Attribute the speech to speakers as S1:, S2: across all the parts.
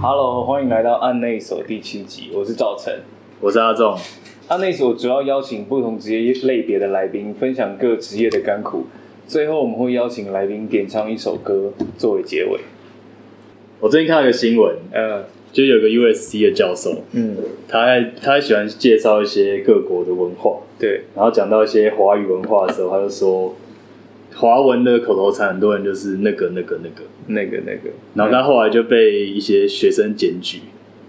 S1: Hello，欢迎来到案内所第七集，我是赵晨。
S2: 我是阿仲，
S1: 案内所主要邀请不同职业类别的来宾，分享各职业的甘苦。最后我们会邀请来宾点唱一首歌作为结尾。
S2: 我最近看到一个新闻，
S1: 呃，
S2: 就有个 USC 的教授，
S1: 嗯，
S2: 他还他还喜欢介绍一些各国的文化，
S1: 对，
S2: 然后讲到一些华语文化的时候，他就说华文的口头禅，很多人就是那个那个那个，
S1: 那个那个，
S2: 然后他后来就被一些学生检举，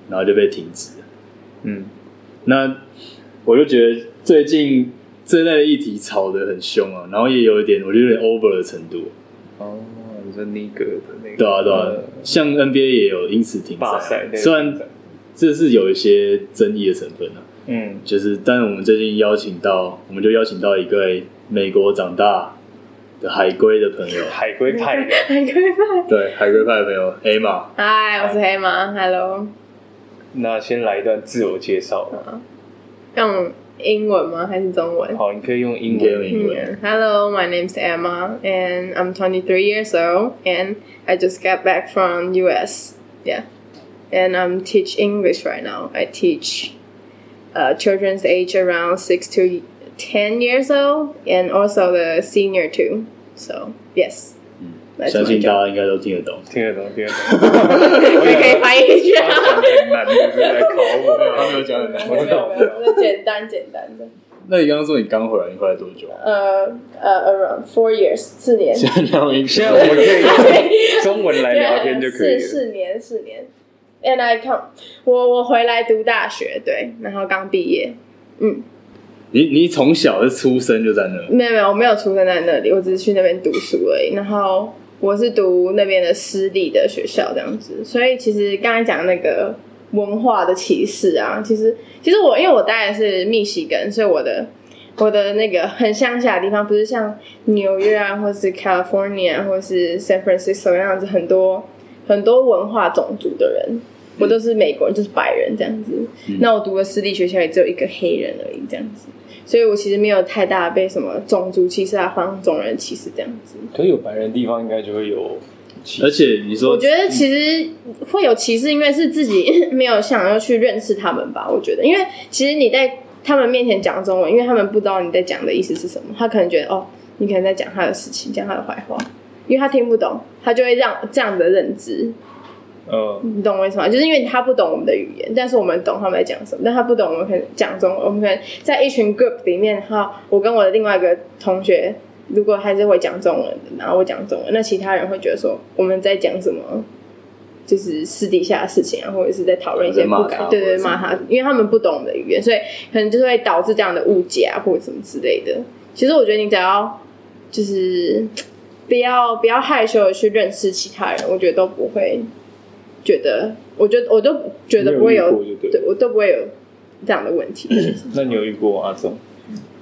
S2: 然后就被停职了。
S1: 嗯，
S2: 那我就觉得最近这类的议题吵得很凶啊，然后也有一点，我觉得有点 over 的程度，
S1: 哦，你说那个的那个，
S2: 对啊对啊，
S1: 呃
S2: 像 NBA 也有因此停
S1: 罢
S2: 赛
S1: 赛
S2: 啊，，
S1: 那个
S2: 虽然这是有一些争议的成分啊。
S1: 嗯，，
S2: 就是，但我们最近邀请到，我们就邀请到一个美国长大的海归的朋友
S1: 海龟派的，
S3: 海龟 派。
S2: 对海龟派的朋友 A 嘛，
S3: 嗨，我是黑马，Hello，
S1: 那先来一段自我介绍吧。
S3: 用英文吗？还是中文？
S1: 好，你可以用英
S2: 你可以用
S1: 文。
S2: 英文。
S3: Yeah. Hello, my name's Emma, and I'm 23 years old, and I just got back from US. Yeah, and I'm teach English right now. I teach uh, children's age around six to ten years old, and also the senior too. So yes, that's
S2: 相
S3: my
S2: 信大
S3: job.
S2: 家应该都听得懂。
S1: 听得懂，听得懂。
S3: 可以翻译一下。
S1: 很难，就是来考我。
S2: 他没有讲很难。
S1: 我知道，我知道。
S3: 简单简单的。
S2: 那你刚刚说你刚回来，你回来多久？啊
S3: 呃呃，around four years 四年，
S2: 现在聊英
S1: 现在我们可以用
S3: 对
S1: 中文来聊天就可以
S3: 四
S1: 了。
S3: 四年四年，and I come，我我回来读大学，对，然后刚毕业，嗯，
S2: 你你从小是出生就在那，
S3: 没有没有，我没有出生在那里，我只是去那边读书而已，然后我是读那边的私立的学校这样子，所以其实刚才讲那个文化的歧视啊，其实其实我因为我当然是密西根，所以我的我的那个很乡下的地方，不是像纽约啊，或是 California，或啊是 San Francisco 那样子，很多很多文化种族的人，我都是美国人，就是白人这样子。那我读的私立学校也只有一个黑人而已，这样子，所以我其实没有太大被什么种族歧视啊、黄种人歧视这样子。
S1: 可是有白人地方，应该就会有歧视
S2: 而且你说
S3: 我觉得其实会有歧视，因为是自己 没有想要去认识他们吧。我觉得，因为其实你在他们面前讲中文，因为他们不知道你在讲的意思是什么，他可能觉得哦，你可能在讲他的事情，讲他的坏话，因为他听不懂，他就会让这样的认知。
S1: 嗯，
S3: 你懂我意思吗？就是因为他不懂我们的语言，但是我们懂他们在讲什么，但他不懂我们可能讲中文。我们可能在一群 group 里面，然后我跟我的另外一个同学，如果还是会讲中文的，然后我讲中文，那其他人会觉得说我们在讲什么，就是私底下的事情啊，或者是在讨论一些
S2: 在
S3: 不
S2: 骂
S3: 敢
S2: 他
S3: 对
S2: 或
S3: 对
S2: 者
S3: 对
S2: 是
S3: 骂他，因为他们不懂我们的语言，所以可能就是会导致这样的误解啊，或者什么之类的。其实我觉得你只要就是不要不要害羞的去认识其他人，我觉得都不会觉得，我觉得我都觉得不会有，
S1: 没有遇过就对了
S3: 对我都不会有这样的问题。
S1: 那你有遇过吗阿忠？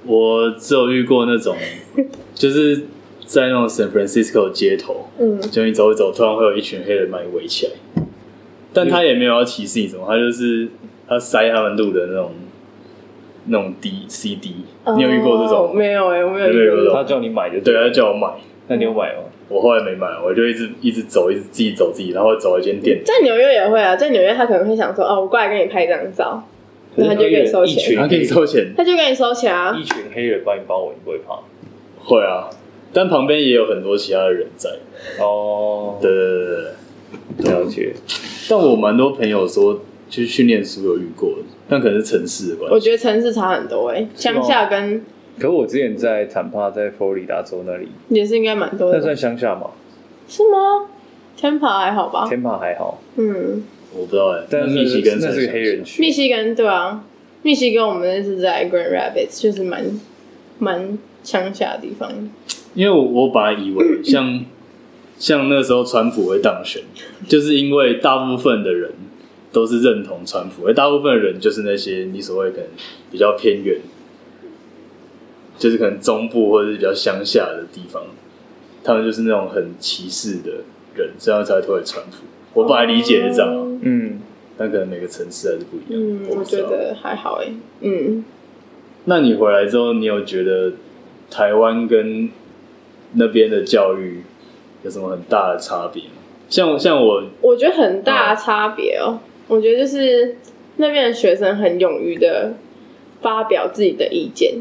S2: 我只有遇过那种，就是在那种 San Francisco 街头，
S3: 嗯，
S2: 就你走一走，突然会有一群黑人把你围起来，但他也没有要歧视你什么，他就是他塞他们录的那种那种 D C D，你有遇过这
S3: 哦
S2: 种？
S3: 没有哎、我没有
S2: 你没
S3: 遇
S2: 有
S3: 过
S2: 遇
S3: 这
S2: 过
S3: 种。
S1: 他叫你买就
S2: 对，啊他
S1: 了，
S2: 叫我买，
S1: 那你有买吗？
S2: 我后来没买，我就一直一直走，一直自己走自己，然后走到一间店，
S3: 在纽约也会啊，在纽约他可能会想说，哦，我过来跟你拍一张照，然后他就给你收
S1: 一群
S3: 钱，
S2: 他可以收钱，
S3: 他就给你收钱啊
S1: 一。群黑人帮你包围，你不会怕？
S2: 会啊，但旁边也有很多其他的人在，
S1: 哦，
S2: 对，对对对对，
S1: 了解。
S2: 但我蛮多朋友说。去去念书有遇过，但可能是城市的关系。
S3: 我觉得城市差很多哎、乡下跟
S1: 可我之前在坦帕，在佛罗里达州那里，
S3: 也是应该蛮多
S1: 那
S3: 的，
S1: 算乡下吗？
S3: 是吗？天跑还好吧？
S1: 天帕还好，
S3: 嗯，
S2: 我不知道哎、
S1: 但是
S2: 密西根
S1: 那
S2: 算
S1: 是
S2: 小
S1: 黑人区，
S3: 密西根对啊，密西根我们那次在 Grand Rapids 就是蛮蛮乡下的地方，
S2: 因为我我本来以 为像像那时候川普会当选，就是因为大部分的人都是认同川普，而大部分的人就是那些你所谓可能比较偏远，就是可能中部或者是比较乡下的地方，他们就是那种很歧视的人，这样才会投给川普。我本来理解是这样啊，
S3: 哦
S1: 嗯，
S2: 但可能每个城市还是不一样。
S3: 嗯，我
S2: 不知
S3: 觉
S2: 道
S3: 得还好哎、嗯，
S2: 那你回来之后，你有觉得台湾跟那边的教育有什么很大的差别吗？像像我，
S3: 我觉得很大的差别哦、我觉得就是那边的学生很勇于的发表自己的意见，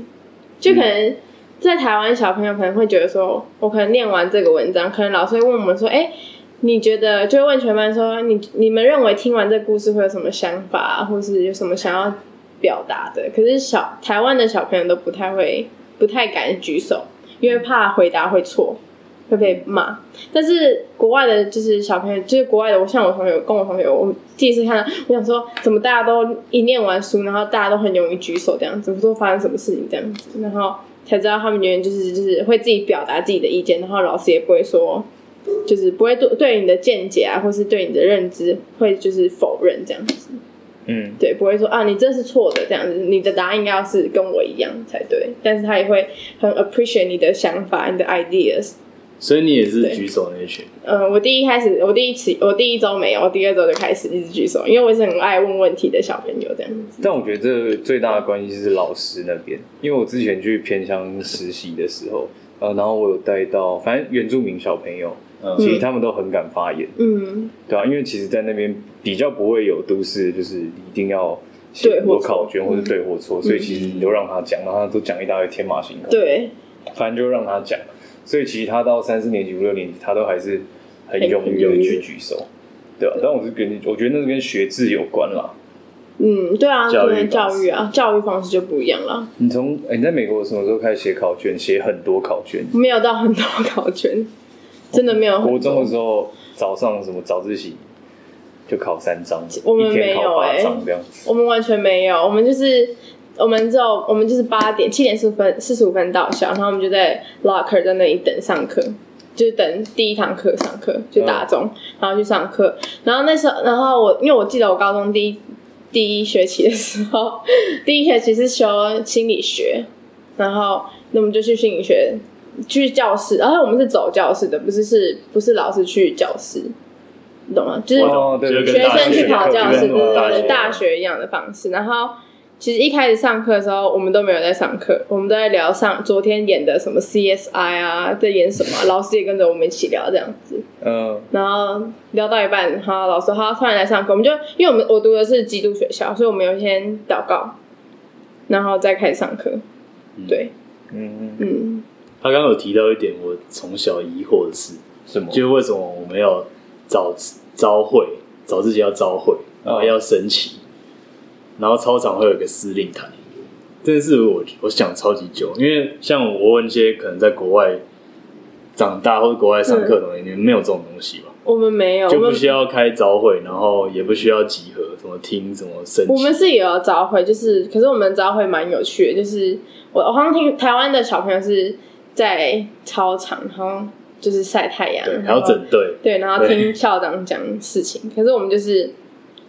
S3: 就可能在台湾小朋友可能会觉得说，哦我可能念完这个文章，可能老师会问我们说，哎、你觉得就会问全班说，你你们认为听完这故事会有什么想法、或是有什么想要表达的？可是小台湾的小朋友都不太会，不太敢举手，因为怕回答会错，会被骂。但是国外的，就是小朋友，就是国外的，我像我同学，跟我同学，我第一次看到，我想说，怎么大家都一念完书，然后大家都很容易举手这样子，不说发生什么事情这样子，然后才知道他们原来就是就是会自己表达自己的意见，然后老师也不会说，就是不会对对你的见解啊，或是对你的认知会就是否认这样子，
S2: 嗯，
S3: 对，不会说啊你这是错的这样子，你的答案应该要是跟我一样才对，但是他也会很 appreciate 你的想法，你的 ideas，
S2: 所以你也是
S3: 对
S2: 举手那一群，
S3: 呃，我第一开始，我第一次，我第一周没有，我第二周就开始一直举手，因为我是很爱问问题的小朋友这样子。
S1: 但我觉得这最大的关系是老师那边，因为我之前去偏乡实习的时候，呃，然后我有带到，反正原住民小朋友，
S2: 嗯
S1: 其实他们都很敢发言，
S3: 嗯，
S1: 对啊，因为其实，在那边比较不会有都市，就是一定要写很多考卷或者对或错，所以其实你都让他讲，然后他都讲一大堆天马行空，
S3: 嗯对，
S1: 反正就让他讲。所以其实他到三四年级、五六年级，他都还是很勇于
S3: 很
S1: 的
S3: 踊跃
S1: 去举手，对啊。但我是跟我觉得那是跟学制有关啦。
S3: 嗯，对啊，
S2: 教育
S3: 可能
S2: 方
S3: 教
S2: 式
S3: 育啊，教育方式就不一样了。
S1: 你从、哎你在美国什么时候开始写考卷？写很多考卷，
S3: 没有到很多 考卷，真的没有很多。
S1: 国中的时候早上什么早自习就考三张，
S3: 我们
S1: 一天
S3: 没有
S1: 考八
S3: 哎
S1: 张这样子。
S3: 我们完全没有，我们就是我们只有我们就是八点七点四分四十五分到校，然后我们就在 locker 在那里等上课，就是等第一堂课上课就打钟，然后去上课。然后那时候，然后我因为我记得我高中第一第一学期的时候，第一学期是修心理学，然后那我们就去心理学去教室，然后我们是走教室的，不是是不是老师去教室，你懂吗？就是
S1: 哦对
S2: 就是
S1: 对
S2: 跟
S3: 学
S2: 大
S3: 生去考教室，对
S2: 就跟
S3: 对
S2: 大
S3: 对，
S2: 学
S3: 大学一样的方式。然后其实一开始上课的时候，我们都没有在上课，我们都在聊上昨天演的什么 CSI 啊，在演什么啊、老师也跟着我们一起聊这样子。
S1: 嗯，
S3: 然后聊到一半，好，老师好，突然来上课，我们就因为我们我读的是基督学校，所以我们有先祷告，然后再开始上课。对，
S1: 嗯，
S3: 嗯，
S2: 他刚刚有提到一点我从小疑惑的事，
S1: 什么？
S2: 就是为什么我们要早招会，早自己要招会，
S3: 哦
S2: 然后要升旗，然后操场会有一个司令台，这件事我我想超级久，因为像我问一些可能在国外长大或者国外上课的同学，你们没有这种东西吧？
S3: 我们没嗯有，我
S2: 就不
S3: 们
S2: 需要开招会，然后也不需要集合，什么听什么升旗，
S3: 我们是也有招会，就是可是我们招会蛮有趣的，就是我我好像听台湾的小朋友是在操场，然后就是晒太阳
S2: 对，，还
S3: 然
S2: 要
S3: 后
S2: 整队，
S3: 对，然后听校长讲事情。可是我们就是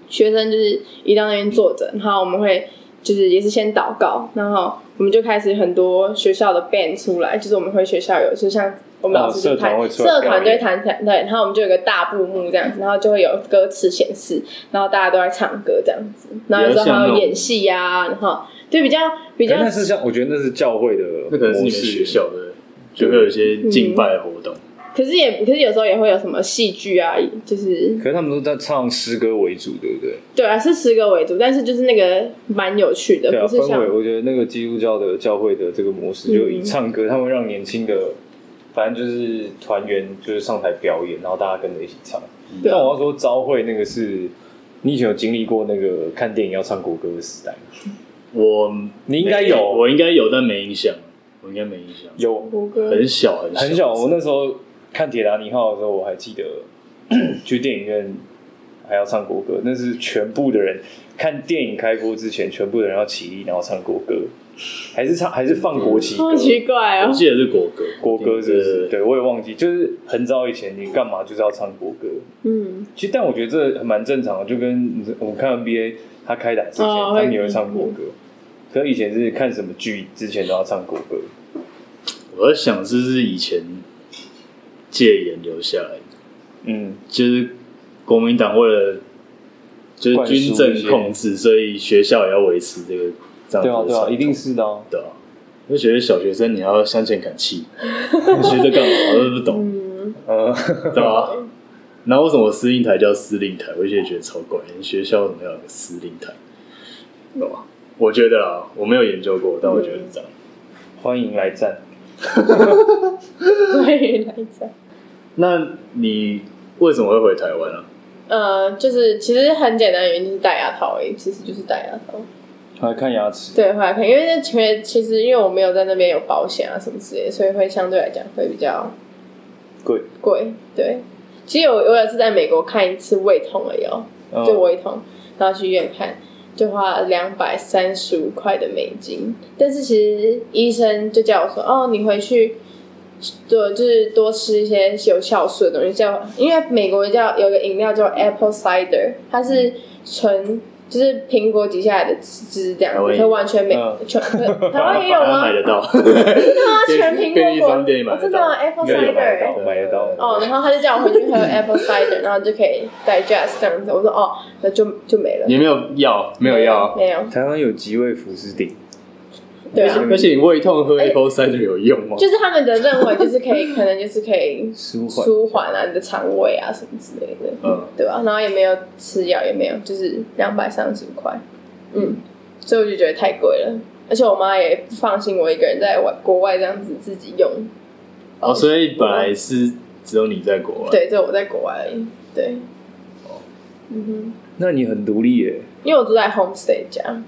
S3: 学生，就是一到那边坐着，然后我们会就是也是先祷告，然后我们就开始很多学校的 band 出来，就是我们回学校有，就像我们老师
S1: 哦
S3: 就
S1: 社团
S3: 弹、
S1: 会出来
S3: 社团就
S1: 表
S3: 会
S1: 演
S3: 弹弹对，然后我们就有个大布幕这样子，然后就会有歌词显示，然后大家都在唱歌这样子，然后有时候
S2: 比较像
S3: 还
S2: 那
S3: 有
S2: 种
S3: 演戏呀、然后对比较比较
S1: 可是那是像我觉得那是教会的模式，
S2: 那可能是你们学校的，就会有一
S3: 嗯
S2: 些敬拜活动。
S3: 可是也可是有时候也会有什么戏剧啊，就是
S1: 可是他们都在唱诗歌为主，对不对？
S3: 对啊，是诗歌为主，但是就是那个蛮有趣的，
S1: 对啊，
S3: 呃不是
S1: 氛围，
S3: 像嗯
S1: 我觉得那个基督教的教会的这个模式，就以唱歌，他们让年轻的，反正就是团员就是上台表演，然后大家跟着一起唱。
S3: 对
S1: 但
S3: 啊
S1: 我要说招会那个是，你以前有经历过那个看电影要唱国歌的时代吗？
S2: 我
S1: 你应该有
S2: 没我应该有，但没印象，我应该没印象，
S1: 有
S3: 胡歌
S2: 很小很小
S1: 很小，我那时候看《铁达尼号》的时候，我还记得去电影院还要唱国歌，那是全部的人看电影开播之前，全部的人要起立，然后唱国歌，还是唱还是放国旗歌
S3: 好，奇怪哦
S2: 我。记得是国歌，
S1: 国歌是不是？
S2: 对，
S1: 对，我也忘记，就是很早以前你干嘛就是要唱国歌。
S3: 嗯，
S1: 其实，但我觉得这蛮正常的，就跟你我们看 NBA，他开打之前，
S3: 哦
S1: 他们
S3: 会嗯
S1: 也会唱国歌。可是以前是看什么剧之前都要唱国歌，
S2: 我在想是不是以前戒严留下来的，
S1: 嗯，
S2: 就是国民党为了就是
S1: 灌输
S2: 军
S1: 一
S2: 政
S1: 些
S2: 控制，所以学校也要维持这个这
S1: 对啊
S2: 样子的
S1: 对啊，
S2: 传
S1: 一定
S2: 统
S1: 是的啊。
S2: 的啊。就觉得小学生你要向前砍气，你学这干嘛？我都不懂，
S3: 嗯，
S1: 呃，
S2: 对吧、然后为什么司令台叫司令台？我一直觉得超怪，你学校为什么要有个司令台？
S3: 哇
S2: 我觉得啊，我没有研究过，但我觉得是这样。
S1: 欢迎来战。
S3: 对来着。
S2: 那你为什么会回台湾啊？
S3: 呃，就是其实很简单，原因就是戴牙套而已，其实就是戴牙套。
S1: 来看牙齿，
S3: 对，后来看，因为那前面其实因为我没有在那边有保险啊什么之类的，所以会相对来讲会比较
S1: 贵。
S3: 贵。对，其实我我也是在美国看一次胃痛而已哦，
S1: 嗯
S3: 就胃痛，然后去医院看，就花了两百三十五块的美金。但是其实医生就叫我说，哦，你回去。多就是多吃一些有酵素的东西，叫因为美国叫有个饮料叫 apple cider，它是纯就是苹果挤下来的汁这样
S2: 台湾
S3: 子，
S2: 也
S3: 可完全美
S1: 嗯
S3: 全可台湾也有
S2: 好像
S3: 吗
S2: 买？得到，
S3: 对啊，全苹
S2: 便利
S3: 果
S2: 商
S3: 果，
S2: 店也买
S3: 我
S2: 得
S3: 真的
S2: 到
S3: 吗。apple
S1: 应该有买得
S3: cider
S1: 到，买得到。
S3: 哦，然后他就叫我回去喝 apple cider，然后就可以 digest 这样子。我说哦，那就就没了，
S2: 也没有药，没有药。
S3: 没有，
S1: 台湾有几位服饰顶，
S3: 对啊哎
S1: 没，
S2: 而且你胃痛喝 apple cider 有用吗？
S3: 就是他们的认为就是可以，可能就是可以
S1: 舒缓
S3: 舒缓啊你的肠胃啊什么之类的，
S2: 嗯，
S3: 对吧、然后也没有吃药，也没有，就是两百三十块，嗯，所以我就觉得太贵了，而且我妈也不放心我一个人在外国外这样子自己用，
S2: 哦，所以本来是只有你在国外，，
S3: 对，这我在国外而已，对，嗯哼。
S1: 那你很独立耶，
S3: 因为我住在 homestay 家，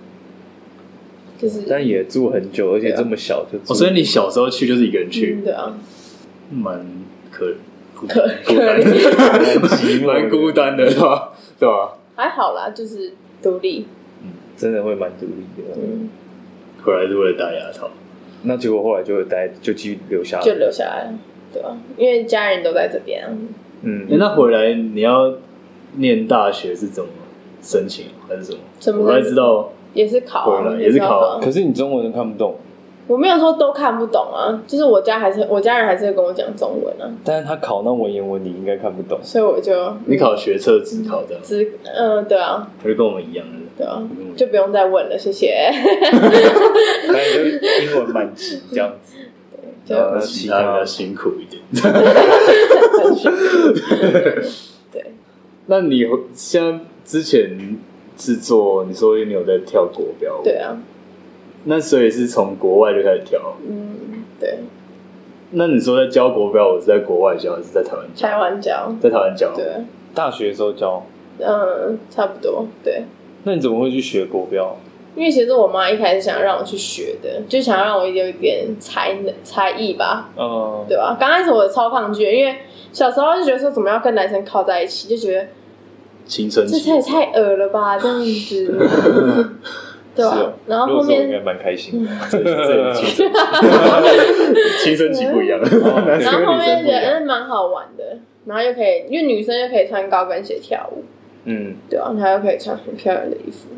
S3: 就是啊
S1: 但也住很久，而且这么小就
S2: 哦，
S1: 住。
S2: 所以你小时候去就是一个人去
S3: 嗯，对啊，
S2: 蛮可孤
S3: 可
S2: 孤单
S3: 可
S1: 怜
S2: 蛮孤单的，是吧？对吧？
S3: 还好啦，就是独立，
S1: 真的会蛮独立的。
S3: 嗯，
S2: 回来是为了戴牙套，
S1: 那结果后来就有待，就继续留下
S3: 就
S1: 来。
S3: 留下来了，对啊，因为家人都在这边、啊，
S1: 嗯
S2: 诶，那回来你要念大学是怎么申请还是什么？
S3: 怎么
S2: 我才知道
S3: 也是考、
S2: 对
S3: 啊，
S2: 啦也是考啊
S1: 可是你中文看不懂，
S3: 我没有说都看不懂啊，就是我家还是我家人还是会跟我讲中文啊，
S1: 但是他考那文言文，你应该看不 懂。
S3: 所以我就
S2: 你考学测只考这样，
S3: 只嗯、对啊，
S2: 就跟我们一样的。
S3: 对啊，
S2: 嗯
S3: 就不用再问了，谢谢。
S1: 反正就英文满级这样 子。
S3: 就
S1: 呃
S2: 其他比较辛苦一点。
S3: 很辛苦对，
S2: 那你现在之前是做，你说你有在跳国标舞，
S3: 对啊，
S2: 那所以是从国外就开始跳。
S3: 嗯，对，
S2: 那你说在教国标舞是在国外教还是在台湾教？
S3: 台湾教，
S2: 在台湾教。
S3: 对。
S1: 大学的时候教，
S3: 嗯，差不多，对。
S1: 那你怎么会去学国标？
S3: 因为其实我妈一开始想让我去学的，就想让我有一点才能才艺吧，
S1: 嗯，
S3: 对吧？刚开始我超抗拒的，因为小时候就觉得说怎么要跟男生靠在一起，就觉得
S2: 青春
S3: 这
S2: 期
S3: 太太恶了吧，这样 子，对吧、
S2: 啊
S1: 是哦
S3: 然后
S1: 如果
S3: 后
S1: 是我应该
S3: 面，嗯
S1: 蛮开心 的。
S2: 这这 青春期，青春期不一样，男
S3: 然
S2: 生
S3: 后
S2: 跟
S3: 后
S2: 女
S3: 面
S2: 生
S3: 就
S2: 不一
S3: 觉得
S2: 样。
S3: 嗯蛮好玩的，然后又可以，因为女生又可以穿高跟鞋跳舞，
S1: 嗯，
S3: 对吧、啊？然后又可以穿很漂亮的衣服。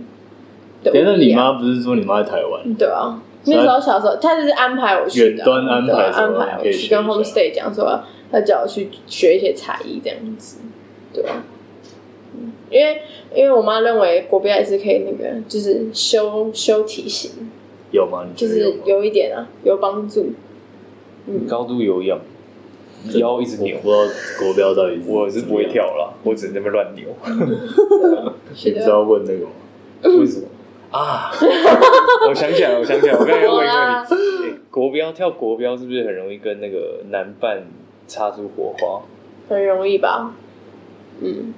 S3: 对
S2: 等一下，
S3: 不一
S2: 你
S3: 样
S2: 妈不是说你妈在台湾？
S3: 对啊，
S2: 所以
S3: 那时候小时候，他就是安排我去的
S2: 远
S3: 啊，
S2: 端安排
S3: 对啊
S2: 什
S3: 安
S2: 么
S3: 排
S2: 可
S3: 我
S2: 以学
S3: 去
S2: 一下
S3: 跟 homestay 讲说，他叫我去学一些才艺这样子，对啊。嗯因为因为我妈认为国标也是可以那个，就是修修体型，
S2: 有吗？你
S3: 就
S2: 觉得
S3: 是
S2: 吗
S3: 有一点啊，有帮助。嗯，
S1: 高度有氧，腰一直扭
S2: 我。不知道国标到底
S1: 我是不会
S2: 怎么样，
S1: 跳啦，我只能在那边乱扭。
S3: 对啊
S2: 你
S3: 是
S2: 不
S3: 的
S2: 是要问那个吗？
S3: 嗯
S1: 为什么啊？我想起来，我想起来，我刚才要问一个你，欸国标跳国标是不是很容易跟那个男伴擦出火花？
S3: 很容易吧？嗯，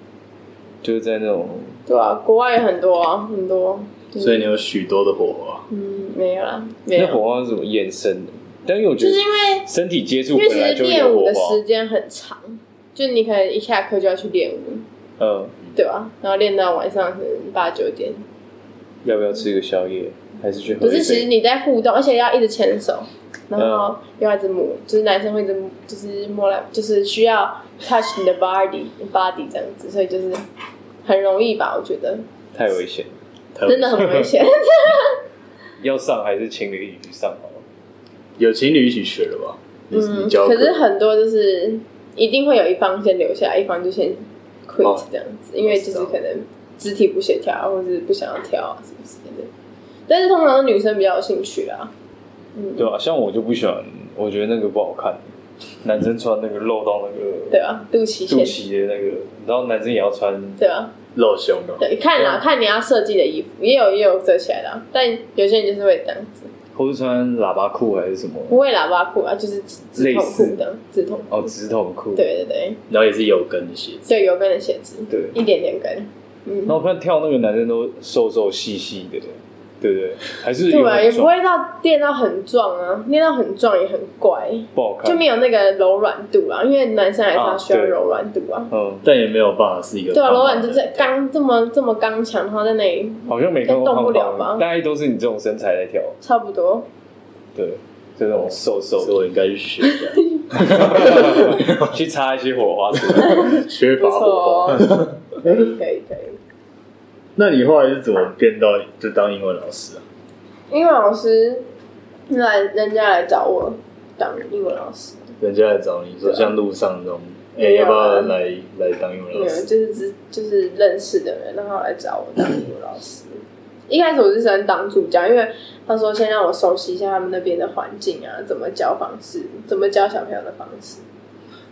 S1: 就是在那种
S3: 对啊，国外有很多啊，很多。就是
S2: 所以你有许多的火花。
S3: 嗯，没有啦，没
S1: 那火
S3: 有，
S1: 花是什么衍生的？但因为我觉
S3: 就
S1: 得
S3: 是因为
S1: 身体接触
S3: 因为
S1: 本来
S3: 其
S1: 就会
S3: 实练
S1: 有
S3: 舞
S1: 火
S3: 的
S1: 花
S3: 时，间很长，就你可能一下课就要去练舞，
S1: 嗯，
S3: 对吧？然后练到晚上可能八九点。
S1: 要不要吃个宵夜？还是去喝
S3: 可
S1: 一杯？
S3: 是其实你在互动，而且要一直牵手，然后又要一直摸，就是男生会一直摸就是摸来，就是需要 touch 你的 body body 这样子，所以就是很容易吧？我觉得
S1: 太危险了，
S2: 台湾
S3: 真的很危险。
S1: 要上还是情侣一起去上好了。
S2: 有情侣一起学了吧？你
S3: 嗯，
S2: 你教
S3: 可
S2: 过
S3: 是很多就是一定会有一方先留下，一方就先 quit
S2: 哦
S3: 这样子，因为就
S2: 知
S3: 是
S2: 道
S3: 可能肢体不协调啊，或者是不想要跳啊什么之类的。但是通常是女生比较有兴趣啦，嗯，
S1: 对吧、啊像我就不喜欢，我觉得那个不好看，男生穿那个露到那个
S3: 对吧？肚脐
S1: 肚
S3: 线，
S1: 脐的那个，你知道男生也要穿，
S3: 对啊吧？
S2: 露胸的，
S3: 对，看啦，看你要设计的衣服，也有也有遮起来的啊、但有些人就是会这样子，
S1: 或是穿喇叭裤还是什么？
S3: 不会喇叭裤啊，就是直直筒裤的直筒裤
S1: 哦，，直筒裤。
S3: 对对对，
S2: 然后也是有跟的鞋子，
S3: 最有跟的鞋子，
S1: 对
S3: 一点点跟，
S1: 那
S3: 嗯，
S1: 我看跳那个男生都瘦瘦细细的，对不对？还是
S3: 对
S1: 有
S3: 吧？
S1: 很
S3: 也不
S1: 壮
S3: 会到练到很壮啊，练到很壮也很怪，
S1: 不好
S3: 就
S1: 看，
S3: 没有那个柔软度啊，因为男生还是要需要
S1: 啊对
S3: 柔软度啊。
S1: 嗯，
S2: 但也没有办法是一个
S3: 对啊，
S2: 胖
S3: 柔
S2: 胖
S3: 软
S2: 的
S3: 度在刚这么这么刚强，然后在那里
S1: 好像没看过
S3: 动不
S1: 胖
S3: 了吧
S1: 胖的，大概都是你这种身材在跳，
S3: 差不多，
S1: 对，就那种瘦瘦
S2: 所以
S1: 的，
S2: 我应该去学一 下
S1: 去擦一些火花出来。
S2: 学
S3: 不
S2: 法
S3: 错
S2: 火
S3: 哦，可以可以可以。
S2: 那你后来是怎么变到就当英文老师啊？
S3: 英文老师来，人家来找我当英文老师，
S2: 人家来找你说，像路上那种，哎、
S3: 没有
S2: 要
S3: 啊
S2: 不要来来当英文
S3: 没有
S2: 老，师？
S3: 就是只就是认识的人，然后来找我当英文老师。一开始我是想当助教，因为他说先让我熟悉一下他们那边的环境啊，怎么教方式，怎么教小朋友的方式。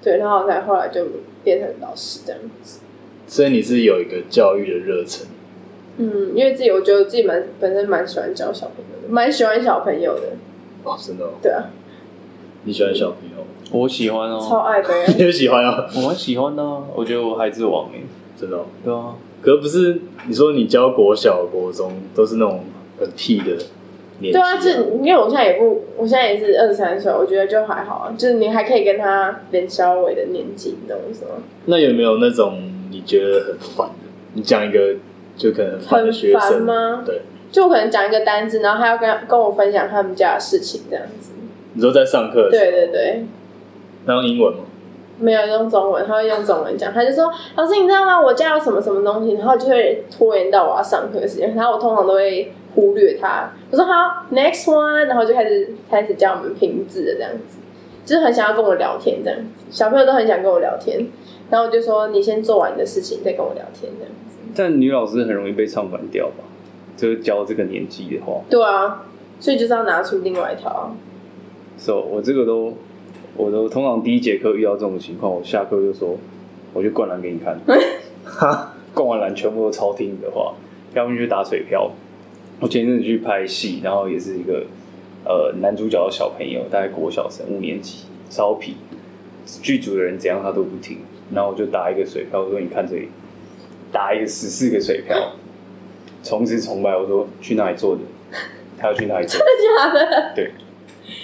S3: 对，然后才后来就变成老师这样子。
S2: 所以你是有一个教育的热忱，
S3: 嗯，因为自己我觉得我自己蛮本身蛮喜欢教小朋友的，蛮喜欢小朋友的，
S2: 哦，真的、哦，
S3: 对啊，
S2: 你喜欢小朋友吗？
S1: 我喜欢哦，
S3: 超爱的。
S2: 你也喜欢啊？
S1: 我蛮喜欢的啊，我觉得我孩子王哎，
S2: 真的、哦？
S1: 对啊，
S2: 可是不是你说你教国小、国中都是那种很屁的年纪、
S3: 对啊，是因为我现在也不，我现在也是二十三岁，我觉得就还好啊，就是你还可以跟他连稍微的年纪，你懂我意思吗？
S2: 那有没有那种你觉得很烦的？你讲一个就可能很烦的
S3: 很
S2: 学
S3: 烦
S2: 生？
S3: 吗？
S2: 对，
S3: 就我可能讲一个单字，然后他要跟跟我分享他们家的事情这样子。
S2: 你说在上课的时候，
S3: 对对对，
S2: 那用英文吗？
S3: 没有用中文，他会用中文讲，他就说：“老师，你知道吗？我家有什么什么东西。”然后就会拖延到我要上课的时间，然后我通常都会忽略他。我说：“好，next one。”然后就开始开始教我们拼字的这样子，就是很想要跟我聊天这样子，小朋友都很想跟我聊天。然后我就说：“你先做完你的事情，再跟我聊天这样子。
S1: 但女老师很容易被唱反调吧？就是教这个年纪的话，”
S3: 对啊，所以就是要拿出另外一条啊。
S1: 是哦，我这个都，我都通常第一节课遇到这种情况，我下课就说，我就灌篮给你 看，灌完篮全部都超听你的话，要么就打水漂。我前一阵子去拍戏，然后也是一个呃男主角的小朋友，大概国小生五年级，超皮，剧组的人怎样他都不听，然后我就打一个水漂，我说你看这里，打一个十四个水漂，从此崇拜我说去哪里做的，他要去哪里做的，
S3: 真的假的？
S1: 对，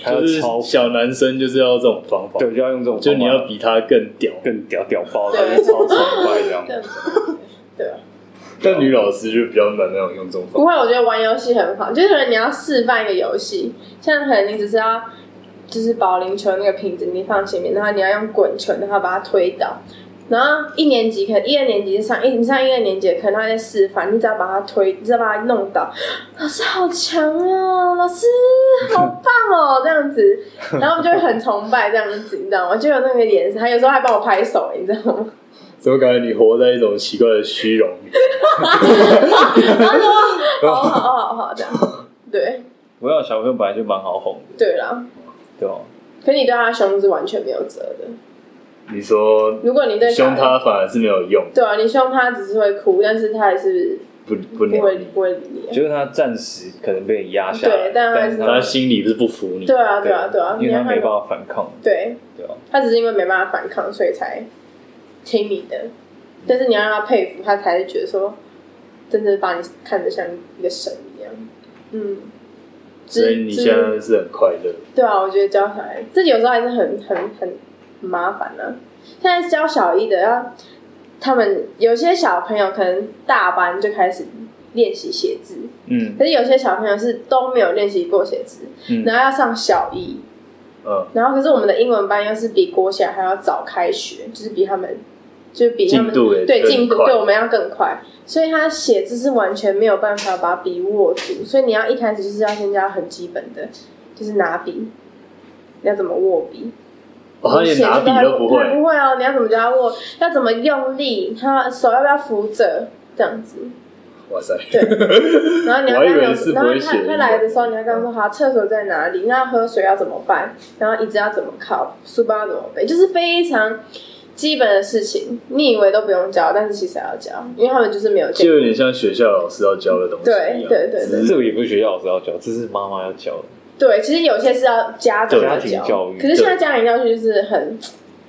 S1: 他要
S2: 就是
S1: 超
S2: 小男生就是要这种方法，
S1: 对，，就要用这种方法，
S2: 就你要比他更屌。
S1: 更屌屌爆，他
S3: 对
S1: 就超崇拜这样。
S3: 对对啊。
S2: 但女老师就比较难那种用这种方
S3: 不
S2: 法，
S3: 会，我觉得玩游戏很好，就是可能你要示范一个游戏，像可能你只是要就是保龄球那个瓶子你放前面，然后你要用滚球，然后把它推倒。然后一年级可能一二年级上一你上一二年级可能他在示范，你只要把它推，你只要把它弄倒，老师好强哦，老师好棒哦，这样子，然后我们就会很崇拜这样子，你知道吗？就有那个眼神，他有时候还帮我拍手，你知道吗？
S2: 怎么感觉你活在一种奇怪的虚荣里？
S3: 然后就哇，好好好好好这样，对
S1: 我要小朋友本来就蛮好哄的，
S3: 对啦。
S1: 对哦吧？
S3: 可你对他的胸是完全没有责的。
S2: 你说
S3: 如果你对
S2: 凶，他反而是没有用，
S3: 对啊，你凶他只是会哭，但是他还是
S2: 不不
S3: 不会
S2: 鸟你，
S3: 不会理你。啊
S1: 就是他暂时可能被你压下来
S3: 对，但
S1: 但
S3: 是
S2: 他
S1: 他
S2: 心里不是不服你
S3: 对。啊，对啊，对啊，
S1: 因为他没办
S3: 法，
S1: 法反抗，
S3: 对
S1: 对哦吧？
S3: 他只是因为没办法反抗，所以才听你的。但是你要让他佩服，他才会觉得说，真的把你看得像一个神一样。嗯，
S2: 所以你现在是很快乐，
S3: 对啊，我觉得教小孩自己有时候还是很很很很麻烦呢、现在教小一的要他们有些小朋友可能大班就开始练习写字，
S1: 嗯
S3: 可是有些小朋友是都没有练习过写字，
S1: 嗯
S3: 然后要上小一，
S2: 嗯，
S3: 然后可是我们的英文班又是比国小还要早开学，就是比他们就是比他们
S2: 进度也
S3: 对
S2: 更
S3: 进度
S2: 快
S3: 对我们要更快，所以他写字是完全没有办法把笔握住，所以你要一开始就是要先教很基本的，就是拿笔，你要怎么握笔，
S2: 哦，他连拿笔都不
S3: 他不
S2: 会，
S3: 会哦。你要怎么教他握？要怎么用力？他手要不要扶着？这样子。
S2: 哇塞，
S3: 然后你要
S2: 我还以
S3: 跟
S2: 为
S3: 他
S2: 是不
S3: 讲，然后
S2: 会写
S3: 他他来的时候，你要跟他说好，厕所在哪里？那喝水要怎么办？然后椅子要怎么靠？书包要怎么背？就是非常基本的事情，你以为都不用教，但是其实还要教，因为他们就是没有教
S2: 就。有点像学校老师要教的东西一
S3: 对
S2: 样。
S3: 对对对
S1: 这个也不是学校老师要教，这是妈妈要教的。
S3: 对，其实有些是要家长
S2: 对
S3: 要
S1: 家庭
S3: 教，
S1: 教育
S3: 可是现在家庭教育就是很，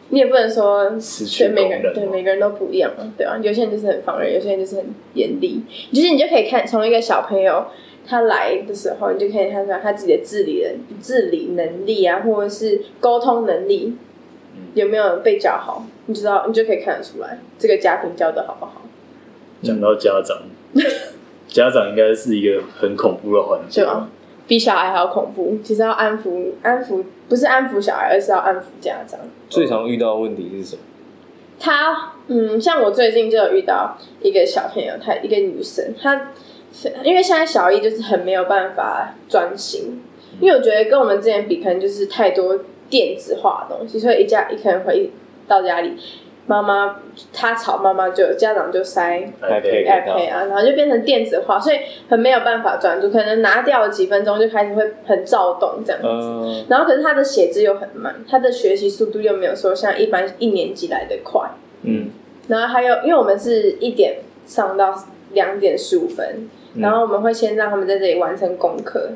S3: 你也不能说
S2: 失去
S3: 对每个
S2: 功
S3: 人
S2: 能
S3: 对每个人都不一样，对啊，有些人就是很放任，有些人就是很严厉。就是你就可以看从一个小朋友他来的时候，你就可以看出来他自己的自理能自理能力啊，或者是沟通能力有没有被教好，你知道你就可以看得出来这个家庭教的好不好。
S2: 讲到家长， 家长应该是一个很恐怖的环境
S3: 对。啊，比小孩还要恐怖。其实要安抚安抚，不是安抚小孩，而是要安抚家长。
S1: 最常遇到的问题是什么？
S3: 他嗯，像我最近就有遇到一个小朋友，她一个女生，她因为现在小一就是很没有办法专心，因为我觉得跟我们之前比，可能就是太多电子化的东西，所以一家一可能回到家里，妈妈她吵，妈妈就家长就塞
S2: 哎
S1: 还可以
S3: iPad 啊，然后就变成电子化，所以很没有办法专注，可能拿掉了几分钟就开始会很躁动这样子。
S1: 嗯，
S3: 然后可是他的写字又很慢，他的学习速度又没有说像一般一年级来的快。
S1: 嗯，
S3: 然后还有，因为我们是一点上到两点十五分，
S1: 嗯
S3: 然后我们会先让他们在这里完成功课，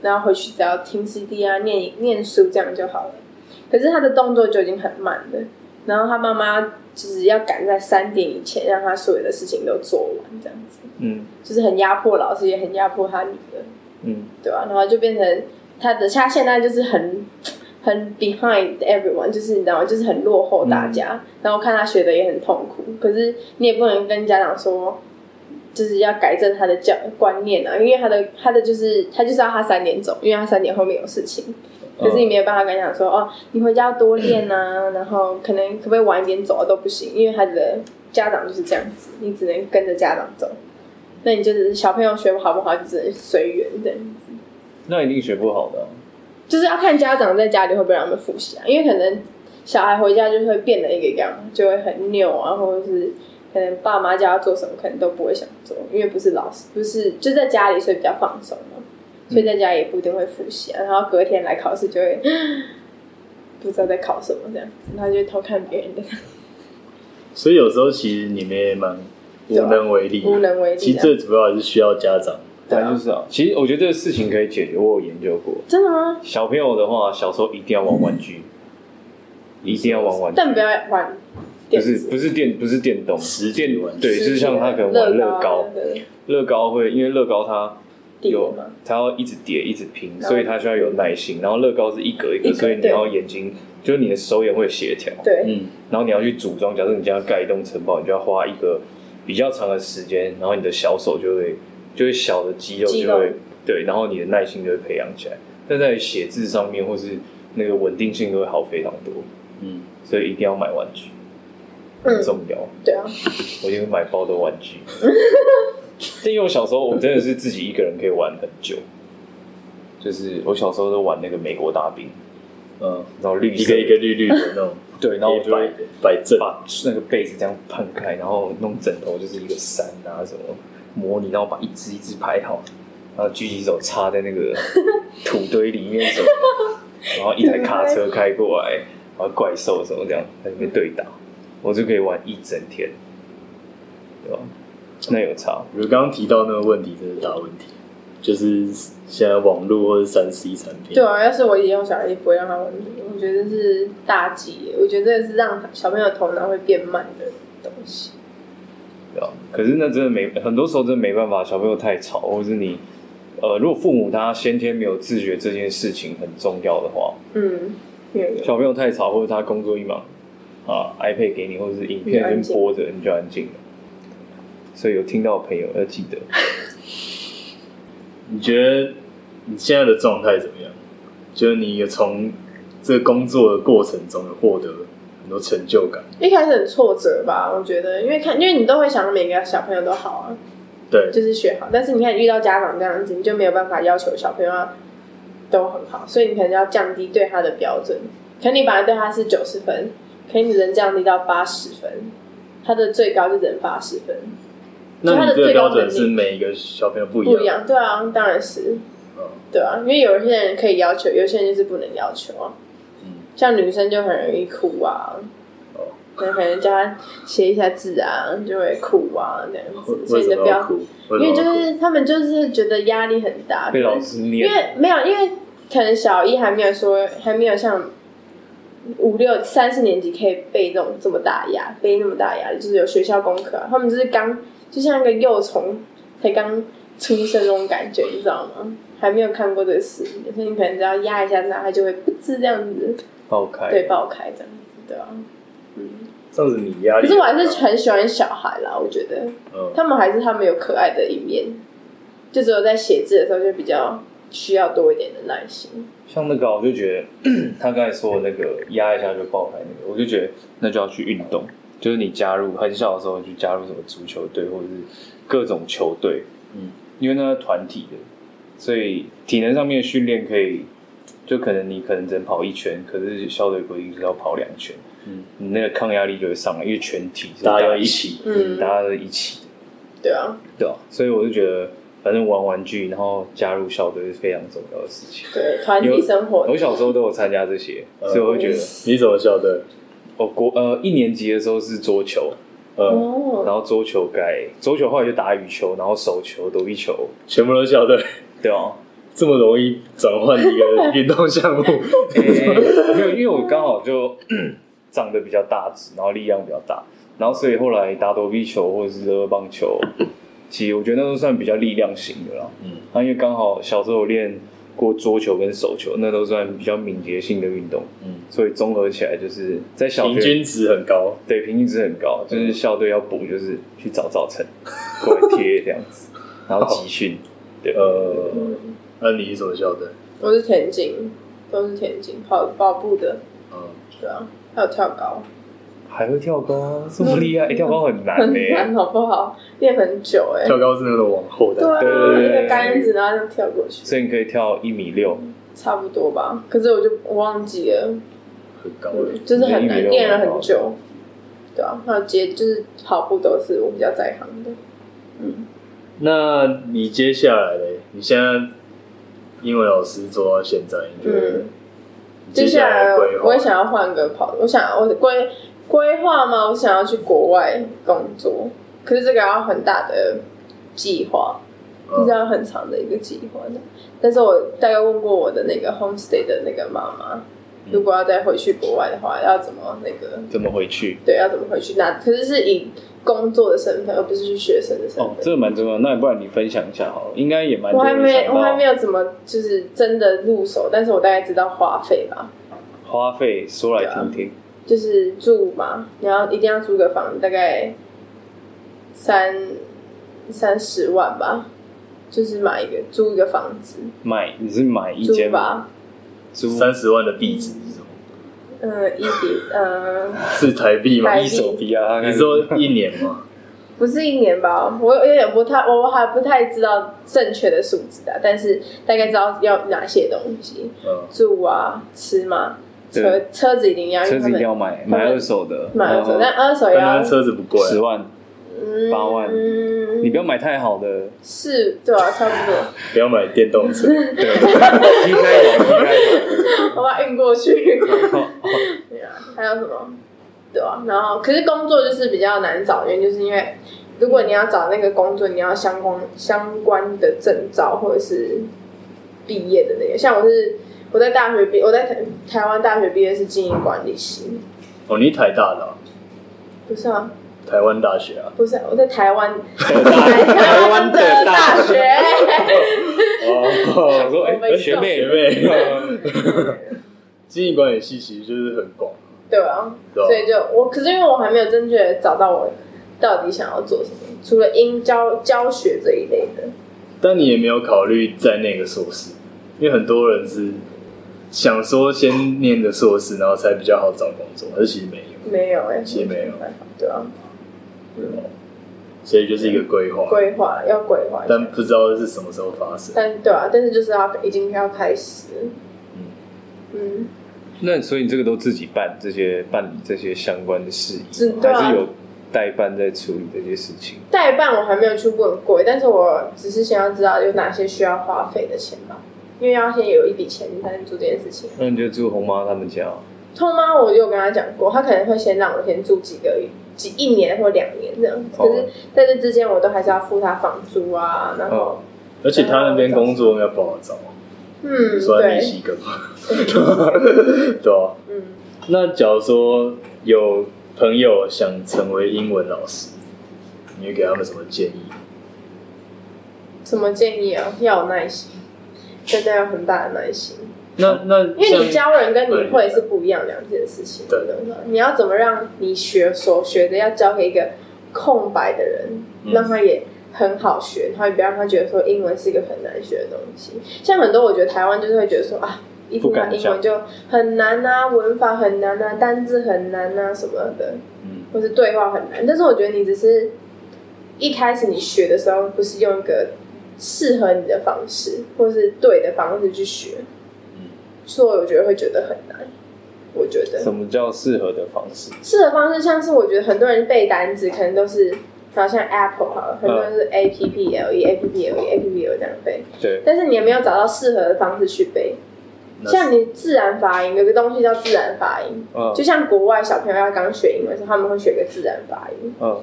S3: 然后回去只要听 CD 啊、念念书这样就好了。可是他的动作就已经很慢了，然后他妈妈就是要赶在三点以前让他所有的事情都做完，这样子
S1: 嗯
S3: 就是很压迫老师，也很压迫他女儿。
S1: 嗯
S3: 对啊，然后就变成他的他现在就是很很 behind everyone，就是你知道吗？就是很落后大家。然后看他学的也很痛苦，可是你也不能跟家长说，就是要改正他的教观念啊，因为他的他的就是他就是要他三点走，因为他三点后面有事情。可是你没有办法跟他讲说哦，你回家要多练啊， 然后可能可不可以晚一点走啊都不行，因为他的家长就是这样子，你只能跟着家长走。那你就只是小朋友学好不好，就只能随缘这样子。
S1: 那一定学不好的啊、
S3: 就是要看家长在家里会不会让他们复习啊，因为可能小孩回家就会变得一个样，就会很扭啊，或者是可能爸妈叫他做什么，可能都不会想做，因为不是老师，不是就在家里，所以比较放松嘛，所以在家也不一定会复习啊，然后隔天来考试就会 不知道在考什么这样子，然后就偷看别人的，
S1: 嗯
S2: 所以有时候其实你们也蛮无能为力，
S3: 对啊无能为力啊
S2: 其实最主要还是需要家长。
S1: 反正就是啊，其实我觉得这个事情可以解决，我有研究过。
S3: 真的吗？
S1: 小朋友的话，小时候一定要玩玩具，一定要玩玩具，
S3: 但不要玩
S1: 不
S3: 电
S1: 是
S3: 子，
S1: 不是电不是电动，
S2: 实体
S1: 电
S2: 玩具
S1: 对，就是像他可能玩乐高，
S3: 啊
S1: 乐高会因为乐高它
S3: 地
S1: 有
S3: 嘛，
S1: 它要一直叠一直拼，
S3: 然后
S1: 所以它需要有耐心。然后乐高是一格一
S3: 一
S1: 格，
S3: 格
S1: 所以你
S3: 对
S1: 要眼睛就是你的手眼会协调，
S3: 对，
S2: 嗯，
S1: 然后你要去组装。假设你今天要盖一栋城堡，你就要花一个比较长的时间，然后你的小手就会就会小的肌肉
S3: 肌
S1: 就
S3: 肉
S1: 会对，然后你的耐心就会培养起来。但在写字上面或是那个稳定性都会好非常多，
S2: 嗯，
S1: 所以一定要买玩具，很
S3: 嗯，
S1: 重要。
S3: 对啊，
S1: 我一定会买包的玩 具。但因为我小时候，我真的是自己一个人可以玩很久。就是我小时候都玩那个美国大兵，
S2: 嗯，
S1: 然后绿
S2: 一
S1: 色
S2: 个一个绿绿的那种，
S1: 对，然后我就
S2: 摆
S1: 会
S2: 摆正，
S1: 把那个被子这样摊开，然后弄枕头就是一个山啊什么模拟，然后把一只一只排好，然后狙击手插在那个 土堆里面什么的，然后一台卡车开过来，然后怪兽什么这样在那边对打，我就可以玩一整天，对吧？那有差。
S2: 我刚刚提到那个问题，真是大问题，就是现在网络或者三 C 产品，
S3: 对啊，要是我以后小孩也不会让他玩这个，我觉得这是大忌耶。我觉得这是让小朋友头脑会变慢的东西。
S1: 对啊，可是那真的没，很多时候真的没办法，小朋友太吵，或是你，呃，如果父母他先天没有自觉这件事情很重要的话，
S3: 嗯，没有用。
S1: 小朋友太吵，或者他工作一忙，啊，iPad 给你，或者是影片先播着，你就安静了。所以有听到的朋友要记得，
S2: 你觉得你现在的状态怎么样？就是你有从这个工作的过程中有获得很多成就感，
S3: 一开始很挫折吧，我觉得，因为看，因为你都会想每个小朋友都好啊，
S2: 对，
S3: 就是学好。但是你看遇到家长这样子，你就没有办法要求小朋友都很好，所以你可能要降低对他的标准。可能你本来对他是九十分，可能你只能降低到八十分，他的最高就只能八十分。
S2: 那
S3: 他
S2: 你
S3: 的
S2: 这个
S3: 最
S2: 标
S3: 高
S2: 准
S3: 能
S2: 是
S3: 力
S2: 每一个小朋友不一
S3: 不一
S2: 样，
S3: 样，对啊，当然是
S2: 嗯，
S3: 对啊，因为有些人可以要求，有些人就是不能要求啊。像女生就很容易哭啊，
S2: 嗯哦
S3: 那可能叫她写一下字啊，就会哭啊这样子，所
S2: 为
S3: 以
S2: 什
S3: 你的
S2: 么
S3: 标
S2: 要，哭？
S3: 因
S2: 什么
S3: 为
S2: 要
S3: 就
S2: 哭
S3: 是他们就是觉得压力很大，
S1: 被
S3: 可能
S1: 老师
S3: 因
S1: 念，
S3: 为没有，因为可能小一还没有说，还没有像五六三四年级可以背这种这么大压，背那么大压力，就是有学校功课啊、他们就是刚就像一个幼虫才刚出生那种感觉，你知道吗？还没有看过这个世界，所以你可能只要压一下它，它就会噗嗤这样子，
S1: 爆开，
S3: 对，爆开这样子，对啊。嗯，
S2: 这样子，你压力很
S3: 可
S2: 大。
S3: 是我还是很喜欢小孩啦，我觉得
S2: 嗯
S3: 他们还是他们有可爱的一面，就只有在写字的时候就比较需要多一点的耐心。
S1: 像那个啊我就觉得 他刚才说的那个压一下就爆开那个，我就觉得那就要去运动，就是你加入很小的时候你去加入什么足球队或者是各种球队，
S2: 嗯，
S1: 因为那是团体的，所以体能上面的训练可以，就可能你可能只能跑一圈，可是校队规定是要跑两圈，
S2: 嗯，
S1: 你那个抗压力就会上来，因为全体是
S2: 大家要一
S1: 一
S2: 起，
S3: 嗯
S1: 大家都一起的，
S3: 对啊，
S1: 对吧、所以我就觉得，反正玩玩具，然后加入校队是非常重要的事情。
S3: 对团体生活
S1: 我小时候都有参加这些，所
S2: 嗯
S1: 呃以我会觉得，
S2: 你怎么晓得？
S1: 我国呃一年级的时候是桌球，
S2: 嗯，
S1: 然
S3: 哦，
S1: 后桌球改桌球后来就打羽球，然后手球、躲避球，
S2: 全部都晓得，
S1: 对啊，
S2: 这么容易转换一个运动项 目，
S1: 欸没有，因为我刚好就 长得比较大只，然后力量比较大，然后所以后来打躲避球或者是热棒球，其实我觉得那都算比较力量型的啦。
S2: 嗯，
S1: 那、因为刚好小时候有练过桌球跟手球，那都算比较敏捷性的运动，
S2: 嗯，
S1: 所以综合起来就是在小
S2: 平
S1: 学
S2: 均值很高，
S1: 对，平均值很高，就是校队要补，就是去找早晨过来贴这样 子，然后集训，对，
S2: 呃，
S3: 嗯
S2: 那你怎么晓得？
S3: 我是田径，都是田径，跑跑步的，
S2: 嗯，
S3: 对啊，还有跳高，
S1: 还会跳高啊，这么厉害，欸跳高很难
S3: 很
S1: 嘞、
S3: 难好不好？练很久哎、
S2: 跳高是那种往后的，
S3: 对啊，
S1: 对对对对
S3: 那个杆子然后这样跳过 去，
S1: 所以你可以跳一米六，
S3: 差不多吧。可是我就我忘记了，
S2: 很高的
S3: 嗯，就是很
S1: 你的一米
S3: 难，
S1: 六
S3: 练了很久。对啊，还有接就是跑步都是我比较在行的。嗯，
S2: 那你接下来嘞？你现在英文老师做到现在，你觉得
S3: 嗯
S2: 你
S3: 接下
S2: 来
S3: 来
S2: 的规划？
S3: 我也想要换个跑，我想我规规划嘛，我想要去国外工作，可是这个要很大的计划，就是
S2: 嗯，
S3: 要很长的一个计划的。但是我大概问过我的那个 homestay 的那个妈妈，如果要再回去国外的话，要怎么那个
S1: 怎么回去？
S3: 对，要怎么回去？那可是是以工作的身份，而不是去学生的身
S1: 哦，
S3: 份。
S1: 这个蛮重要。那不然你分享一下好了，应该也蛮
S3: 我
S1: 多
S3: 还
S1: 人
S3: 没，
S1: 想
S3: 我还没
S1: 到
S3: 有怎么就是真的入手，但是我大概知道花费吧。
S1: 花费，说来听听。
S3: 啊就是住嘛，然后一定要租个房，大概三三十万吧，就是买一个租一个房子，
S1: 买你是买一
S3: 租
S1: 间吗？
S3: 吧，
S1: 租
S2: 三十万的币值是什么？
S3: 嗯，一比嗯，
S2: 是台币吗？
S3: 台
S1: 一手币啊？
S2: 你说一年吗？
S3: 不是一年吧，我有点不太，我我还不太知道正确的数字啊，但是大概知道要哪些东西，
S2: 嗯，
S3: 住啊，吃嘛，车
S1: 对
S3: 车子一定要，因
S1: 车
S3: 为他
S1: 子一定
S3: 们
S1: 要哦买，买二手的，
S3: 买二手，但
S1: 然后
S3: 二手也
S2: 但
S3: 要
S2: 那车子不贵啊，
S1: 十万，八万
S3: 嗯，
S1: 你不要买太好 的，
S3: 是，对啊，差不多。
S2: 不要买电动车。
S1: 对，踢开网，踢开网。
S3: 我把它运过去。
S1: 哦
S3: 对啊，还有什么？对啊，然后可是工作就是比较难找，原因就是因为如果你要找那个工作，你要相关相关的证照或者是毕业的那个，像我是我在大学毕，我在台台湾大学毕业是经营管理系，
S2: 哦，你台大的啊、
S3: 不是啊，
S2: 台湾大学啊？
S3: 不是、啊，我在台湾 台湾的大学，
S2: 哦，
S1: 想说，哎、
S3: 没
S1: 学妹，
S2: 学妹，
S1: 呃
S2: 经营管理系其实就是很广，
S3: 对啊，
S2: 对吧？
S3: 所以就我，可是因为我还没有正确的找到我到底想要做什么，除了音教教学这一类的，
S2: 但你也没有考虑在那个硕士，因为很多人是想说先念个硕士，然后才比较好找工作，而其实没有，
S3: 没有哎、欸，
S2: 其实没有
S3: 办法，对啊，
S2: 啊所以就是一个规划，
S3: 规划要规划一下，
S2: 但不知道是什么时候发生。
S3: 但对啊，但是就是要已经要开始，
S2: 嗯
S3: 嗯，
S1: 那所以你这个都自己办这些办理这些相关的事宜，
S3: 是对啊
S1: 还是有代办在处理这些事情？
S3: 代办我还没有去问过，但是我只是想要知道有哪些需要花费的钱吧，因为要先有一笔钱才能做这件事情。
S1: 那你就住红妈他们家啊，
S3: 通妈我就有跟他讲过，他可能会先让我先住几个月、几一年或两年这样，
S1: 哦
S3: 可是在这之间我都还是要付他房租啊，然后
S1: 哦
S2: 而且他那边工作应该不好找，
S3: 嗯
S2: 说在密
S3: 对，
S2: 西根嘛， 对啊。
S3: 嗯，
S2: 那假如说有朋友想成为英文老师，你会给他们什么建议？
S3: 什么建议啊？要有耐心，真的要很大的耐心。
S2: 那那
S3: 哦因为你
S2: 像
S3: 教人跟你会是不一样两件事情。
S2: 对
S3: 对不对，你要怎么让你学所学的要教给一个空白的人，
S2: 嗯
S3: 让他也很好学，然后也不要让他觉得说英文是一个很难学的东西。像很多我觉得台湾就是会觉得说啊，一听
S1: 不
S3: 到
S1: 敢
S3: 英文就很难啊，文法很难啊，单字很难啊什么的，
S2: 嗯
S3: 或是对话很难。但是我觉得你只是一开始你学的时候，不是用一个适合你的方式，或是对的方式去学，所以我觉得会觉得很难。我觉得
S1: 嗯什么叫适合的方式？
S3: 适合方式像是我觉得很多人背单词可能都是，好像 Apple 好了，很多人
S1: 嗯
S3: 是 A P P L E A P P L E A P P L 这样背，
S1: 对，
S3: 但是你也没有找到适合的方式去背。
S2: 那
S3: 像你自然发音，有个东西叫自然发音，
S1: 嗯
S3: 就像国外小朋友要刚学英文的时候，他们会学个自然发音。
S1: 嗯，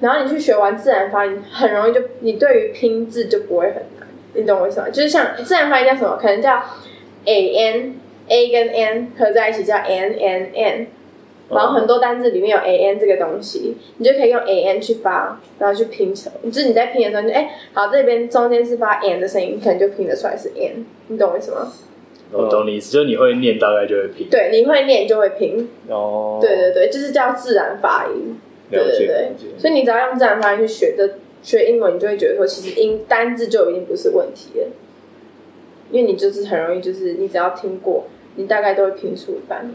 S3: 然后你去学完自然发音，很容易就你对于拼字就不会很难，你懂我意思吗？就是像自然发音叫什么，可能叫 a n a 跟 n 合在一起叫 n n n，然后很多单字里面有 a n 这个东西，你就可以用 a n 去发，然后去拼成。就是你在拼的时候，你就哎、好，这边中间是发 n 的声音，你可能就拼得出来是 n，你懂我意思吗？
S2: 我懂你意思，就是你会念，大概就会拼。
S3: 对，你会念就会拼，
S1: 哦，
S3: 对对对，就是叫自然发音。对
S1: 了
S3: 对
S1: 解
S3: 对
S1: 了解，
S3: 所以你只要用自然发音去学的学英文，你就会觉得说，其实英单字就已经不是问题了，因为你就是很容易，就是你只要听过，你大概都会拼出一半。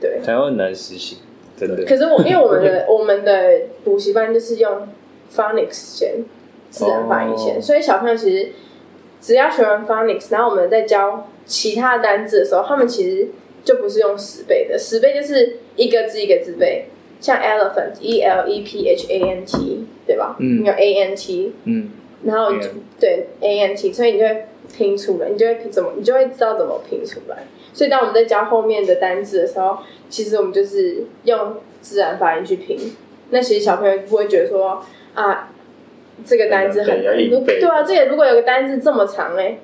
S3: 对，
S1: 台湾很难实行，真的。
S3: 可是 我因为我们的我们的补习班就是用 phonics 先自然发音先，
S1: 哦
S3: 所以小朋友其实只要学完 phonics，然后我们在教其他单字的时候，他们其实就不是用十倍的，十倍就是一个字一个字背，像 elephant e l e p h a n t 对吧？
S1: 嗯
S3: 你有 a n t，
S1: 嗯，
S3: 然后你就
S1: Yeah
S3: 对 a n t，所以你就会拼出来，你就会拼怎么，你就会知道怎么拼出来。所以当我们在教后面的单字的时候，其实我们就是用自然发音去拼。那其实小朋友不会觉得说啊，这个单字很
S2: 要
S3: 难。
S2: 硬背
S3: 如对啊，这个如果有个单字这么长哎、欸，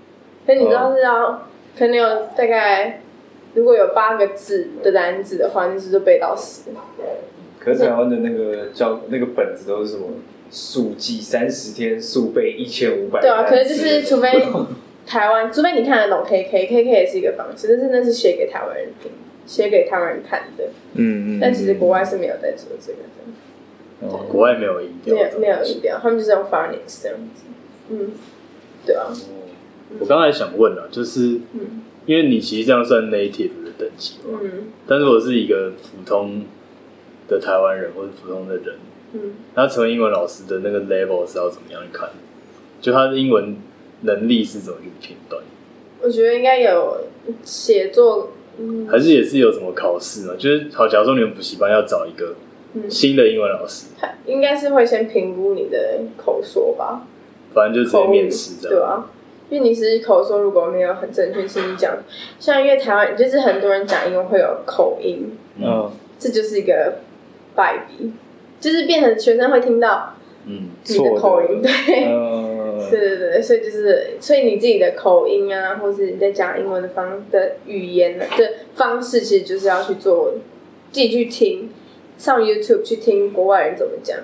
S3: 那你知道是要、可能有大概如果有八个字的单字的话，那就是背到死。
S1: 可是台湾的那个教那个本子都是什么速记三十天速背一千五百，
S3: 对啊，可是就是除非台湾，除非你看得懂 KK，KK 也是一个方式，但是那是写给台湾人听，写给台湾人看的。
S1: 嗯嗯，
S3: 但其实国外是没有在做这个的，
S2: 哦国外没有音调
S3: 没，有没有音调，他们就是用 phonics 这样子。嗯，对啊，
S2: 我刚才想问啊，就是
S3: 嗯
S2: 因为你其实这样算 native 的等级嘛，
S3: 嗯
S2: 但是我是一个普通的台湾人或者普通的人，
S3: 嗯，
S2: 那成为英文老师的那个 level 是要怎么样去看？就他的英文能力是怎么去评断？
S3: 我觉得应该有写作，嗯
S2: 还是也是有什么考试呢？就是好，假如说你们补习班要找一个
S3: 嗯，
S2: 新的英文老师，
S3: 应该是会先评估你的口说吧，
S2: 反正就直接
S3: 口语
S2: 面试这
S3: 对
S2: 样。
S3: 啊，因为你是口说如果没有很正确，是你讲，像因为台湾就是很多人讲英文会有口音，
S1: 嗯
S3: 这就是一个败笔，就是变成学生会听到
S2: 嗯，
S3: 你的口
S1: 错的
S3: 音，对。
S1: 嗯，
S3: 对对对，所以就是，所以你自己的口音啊，或是你在讲英文的方的语言的方式，其实就是要去做，自己去听，上 YouTube 去听国外人怎么讲，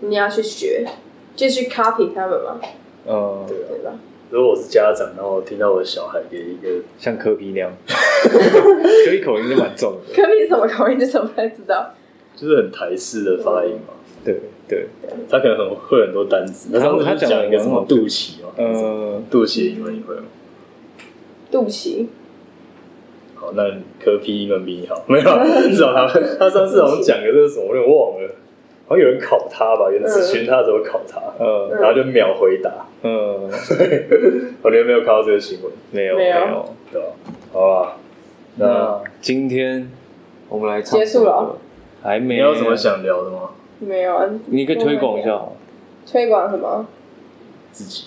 S3: 你要去学，就去 copy 他们嘛，
S1: 嗯，
S3: 对吧？
S2: 如果我是家长，然后我听到我小孩给一个
S1: 像柯皮那样，柯皮口音是蛮重的，
S3: 科比是什么口音，就是我不太知道。
S2: 就是很台式的发音嘛，
S1: 对对，
S2: 他可能很会很多单词。
S1: 他
S2: 上次
S1: 啊他
S2: 就
S1: 讲
S2: 讲
S1: 得
S2: 一个什
S1: 很
S2: 么哦
S1: 好
S2: 肚脐嘛，
S1: 呃，
S2: 肚脐英文你会吗？
S3: 肚脐，
S2: 好，那科批英文比你好，没 有啊？至少他他上次好像讲的这个什么，我有点忘了，好像有人考他吧，有人咨询他的时候考他，
S1: 呃
S2: 然后就秒回答，
S1: 呃，
S2: 我觉得没有看到这个新闻，
S1: 没有嗯
S3: 没有
S1: 有，
S2: 啊对吧？好吧，那
S1: 那今天我们来唱
S3: 结束了
S1: 首歌，还没
S2: 你有什么？想聊的吗？
S3: 没有啊，
S1: 你可以推广一下哦好了，
S3: 推广什么？
S2: 自己。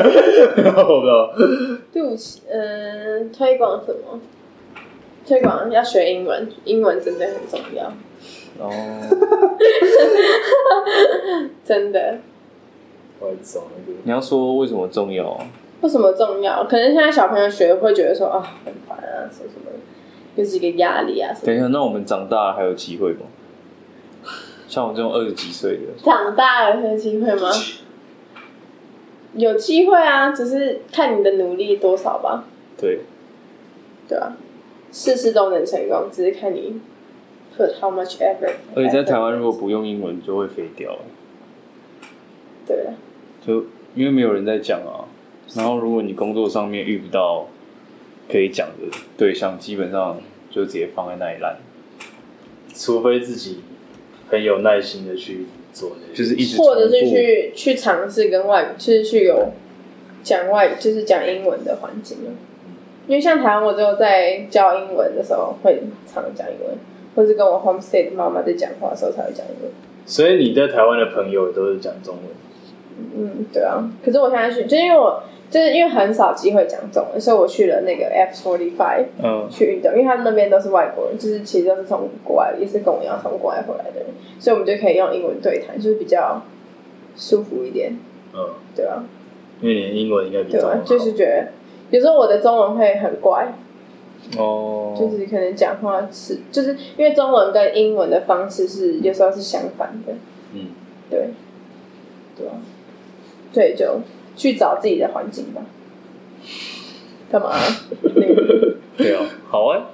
S2: 我不知道，
S3: 对不起，嗯、推广什么？推广要学英文，英文真的很重要，
S1: 哦，
S3: 真的。
S2: 我也走那个。
S1: 你要说为什么重要啊？
S3: 为什么重要？可能现在小朋友学会觉得说啊很烦啊，什么什么的，就是一个压力啊什么
S1: 等一下，那我们长大了还有机会吗？像我这种二十几岁的，
S3: 的。长大了有机会吗？有机会啊，只是看你的努力多少吧，
S1: 对，
S3: 对吧、事事都能成功，只是看你 put how much effort。
S1: 而且哦在台湾如果不用英文就会飞掉了，
S3: 对啊，
S1: 就因为没有人在讲啊。然后如果你工作上面遇不到可以讲的对象，基本上就直接放在那里烂，
S2: 除非自己很有耐心的去做那些，
S1: 就是一直
S3: 或者是
S1: 重复
S3: 去去尝试跟外，就是去有讲外，就是讲英文的环境啊。因为像台湾，我只有在教英文的时候会常讲英文，或是跟我 homestay 的妈妈在讲话的时候才会讲英文。
S2: 所以你在台湾的朋友也都是讲中文，
S3: 嗯，对啊。可是我现在去，就是因为我就是因为很少机会讲中文，所以我去了那个 F forty five
S1: 嗯，
S3: 去运动，因为他们那边都是外国人，就是其实都是从国外，也是跟我一样从国外回来的人，所以我们就可以用英文对谈，就是比较舒服一点，
S2: 嗯，
S3: 对啊。
S2: 因为你的英文应该比
S3: 对
S2: 中文
S3: 啊
S2: 好，
S3: 就是觉得有时候我的中文会很怪，
S1: 哦，
S3: 就是可能讲话是，就是因为中文跟英文的方式是有时候是相反的，
S2: 嗯，
S3: 对，对啊，所以就去找自己的环境吧。干嘛、
S1: 对啊，好啊。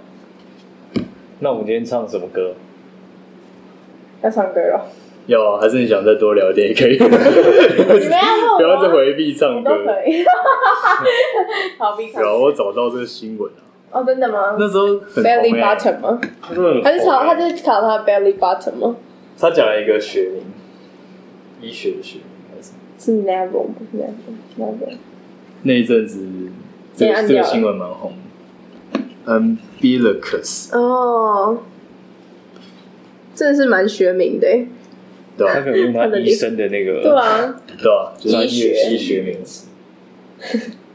S1: 那我们今天唱什么歌？
S3: 要唱歌哦了？
S2: 要啊，还是你想再多聊一点也 可以，
S3: 你们要问我
S2: 不要再回避唱
S3: 都
S2: 歌。
S3: 可 以。好，必唱
S2: 然。后我找到这个新闻啊，
S3: 哦，真的吗
S2: 那时候很
S3: ？Belly
S2: 红哎、
S3: button 吗？
S2: 他真的很红
S3: 他是考
S2: 哎
S3: 他是考他的 belly button 吗？
S2: 他讲了一个学名，医学的学名还是什么
S3: 是 Neville 吗？Neville Neville
S2: 那一阵子这
S3: 被按
S2: 个这
S3: 掉
S2: 个
S3: 了
S2: 新闻蛮红，umbilicus
S3: 哦，真的是蛮学名的欸。
S2: 对吧、
S1: 他可能用他
S3: 他的
S1: 医生的那个
S3: 对啊，
S2: 对吧、就是
S3: 医学
S2: 医学名词。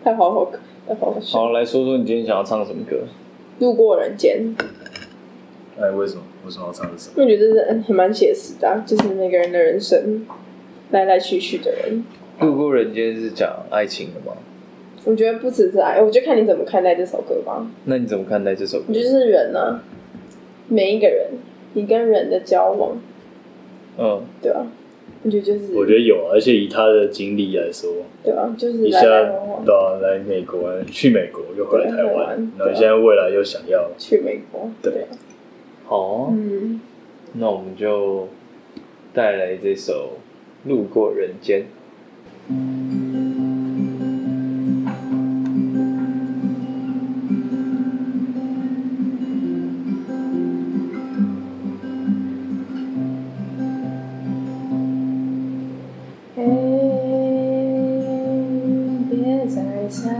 S3: 太好好太好好笑。
S1: 好，来说说你今天想要唱什么歌？
S3: 路过人间，
S2: 哎，为什么为什么要唱这首？
S3: 因为我觉得这是很蛮写实的啊、就是每个人的人生来来去去的人，
S1: 路过人间是讲爱情的吗？
S3: 我觉得不只是爱，我就看你怎么看待这首歌吧。
S1: 那你怎么看待这首歌
S3: 我？觉得就是人啊，每一个人，你跟人的交往，
S1: 嗯，
S3: 对吧、啊？我觉得就是，
S2: 我觉得有啊，而且以他的经历来说，
S3: 对吧、啊？就是
S2: 一
S3: 来
S2: 下
S3: 来往往
S2: 到啊来美国，去美国又回来台
S3: 对
S2: 湾
S3: 玩，
S2: 然后
S3: 对啊
S2: 现在未来又想要，
S3: 去美国，
S2: 对
S3: 对啊，
S1: 好哦、
S3: 嗯，
S1: 那我们就带来这首《路过人间》。
S3: 嘿，别再猜，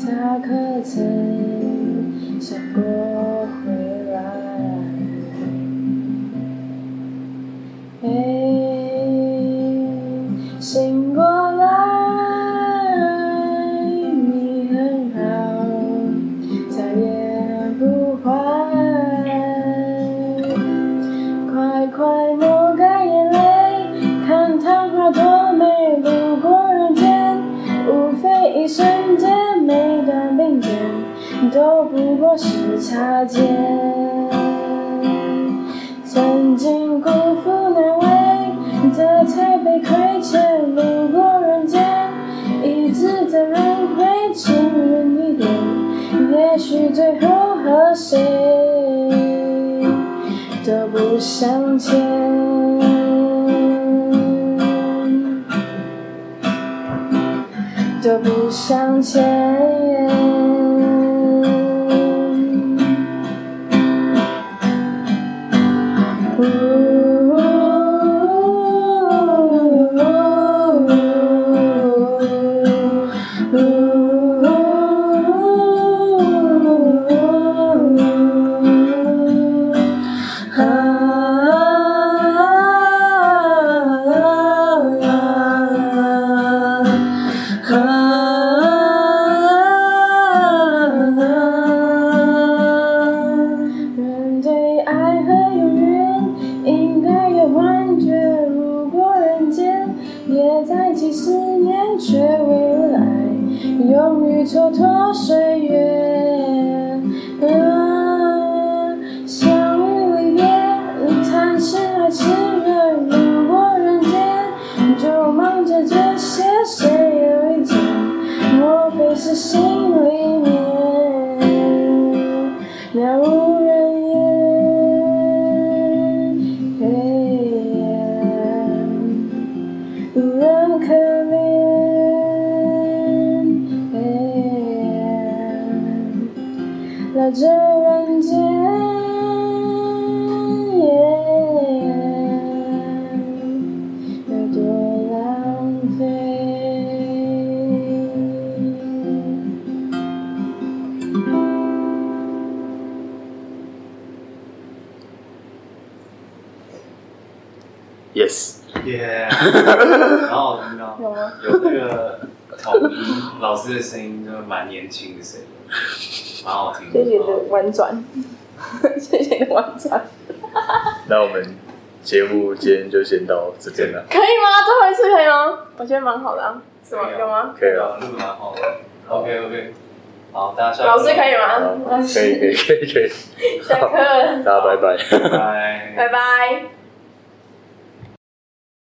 S3: 他可曾想过回来？哎嘿，醒过来，你很好，再也不坏。快快抹干眼泪，看昙花多美。路过人间，无非一瞬间，每段并肩都不过是擦肩。曾经辜负难为，这才被亏欠。路过人间，一直在轮回，情人一点，也许最后和谁？都不相欠。都不相欠。呜呜起思念，却未来，勇于蹉跎岁月。啊，相遇离别，你谈情还痴爱，路过人间，就忙着这些，谁又一见，莫非是心里面那无人烟？黑夜。无人可怜，来这人间。有多浪费？
S2: Yes，
S4: 耶，然后我听到
S5: 有吗？
S4: 有那个统一老师的声音，就是蛮年轻的声音，蛮好听的。
S5: 谢谢你的婉转，谢谢你的婉转，
S2: 那我们节目今天就先到这边了，
S5: 可以吗？最后一次可以吗？我觉得蛮好的啊，是吗？有吗？
S2: 可以
S4: 对
S2: 了。
S4: 啊，录的蛮好的。OK OK，好，大家下
S5: 老师可以吗？
S3: 嗯
S2: 好可以可以可以可以，
S5: 下课了，
S2: 大家拜拜。
S4: 以，拜拜。
S5: 拜拜。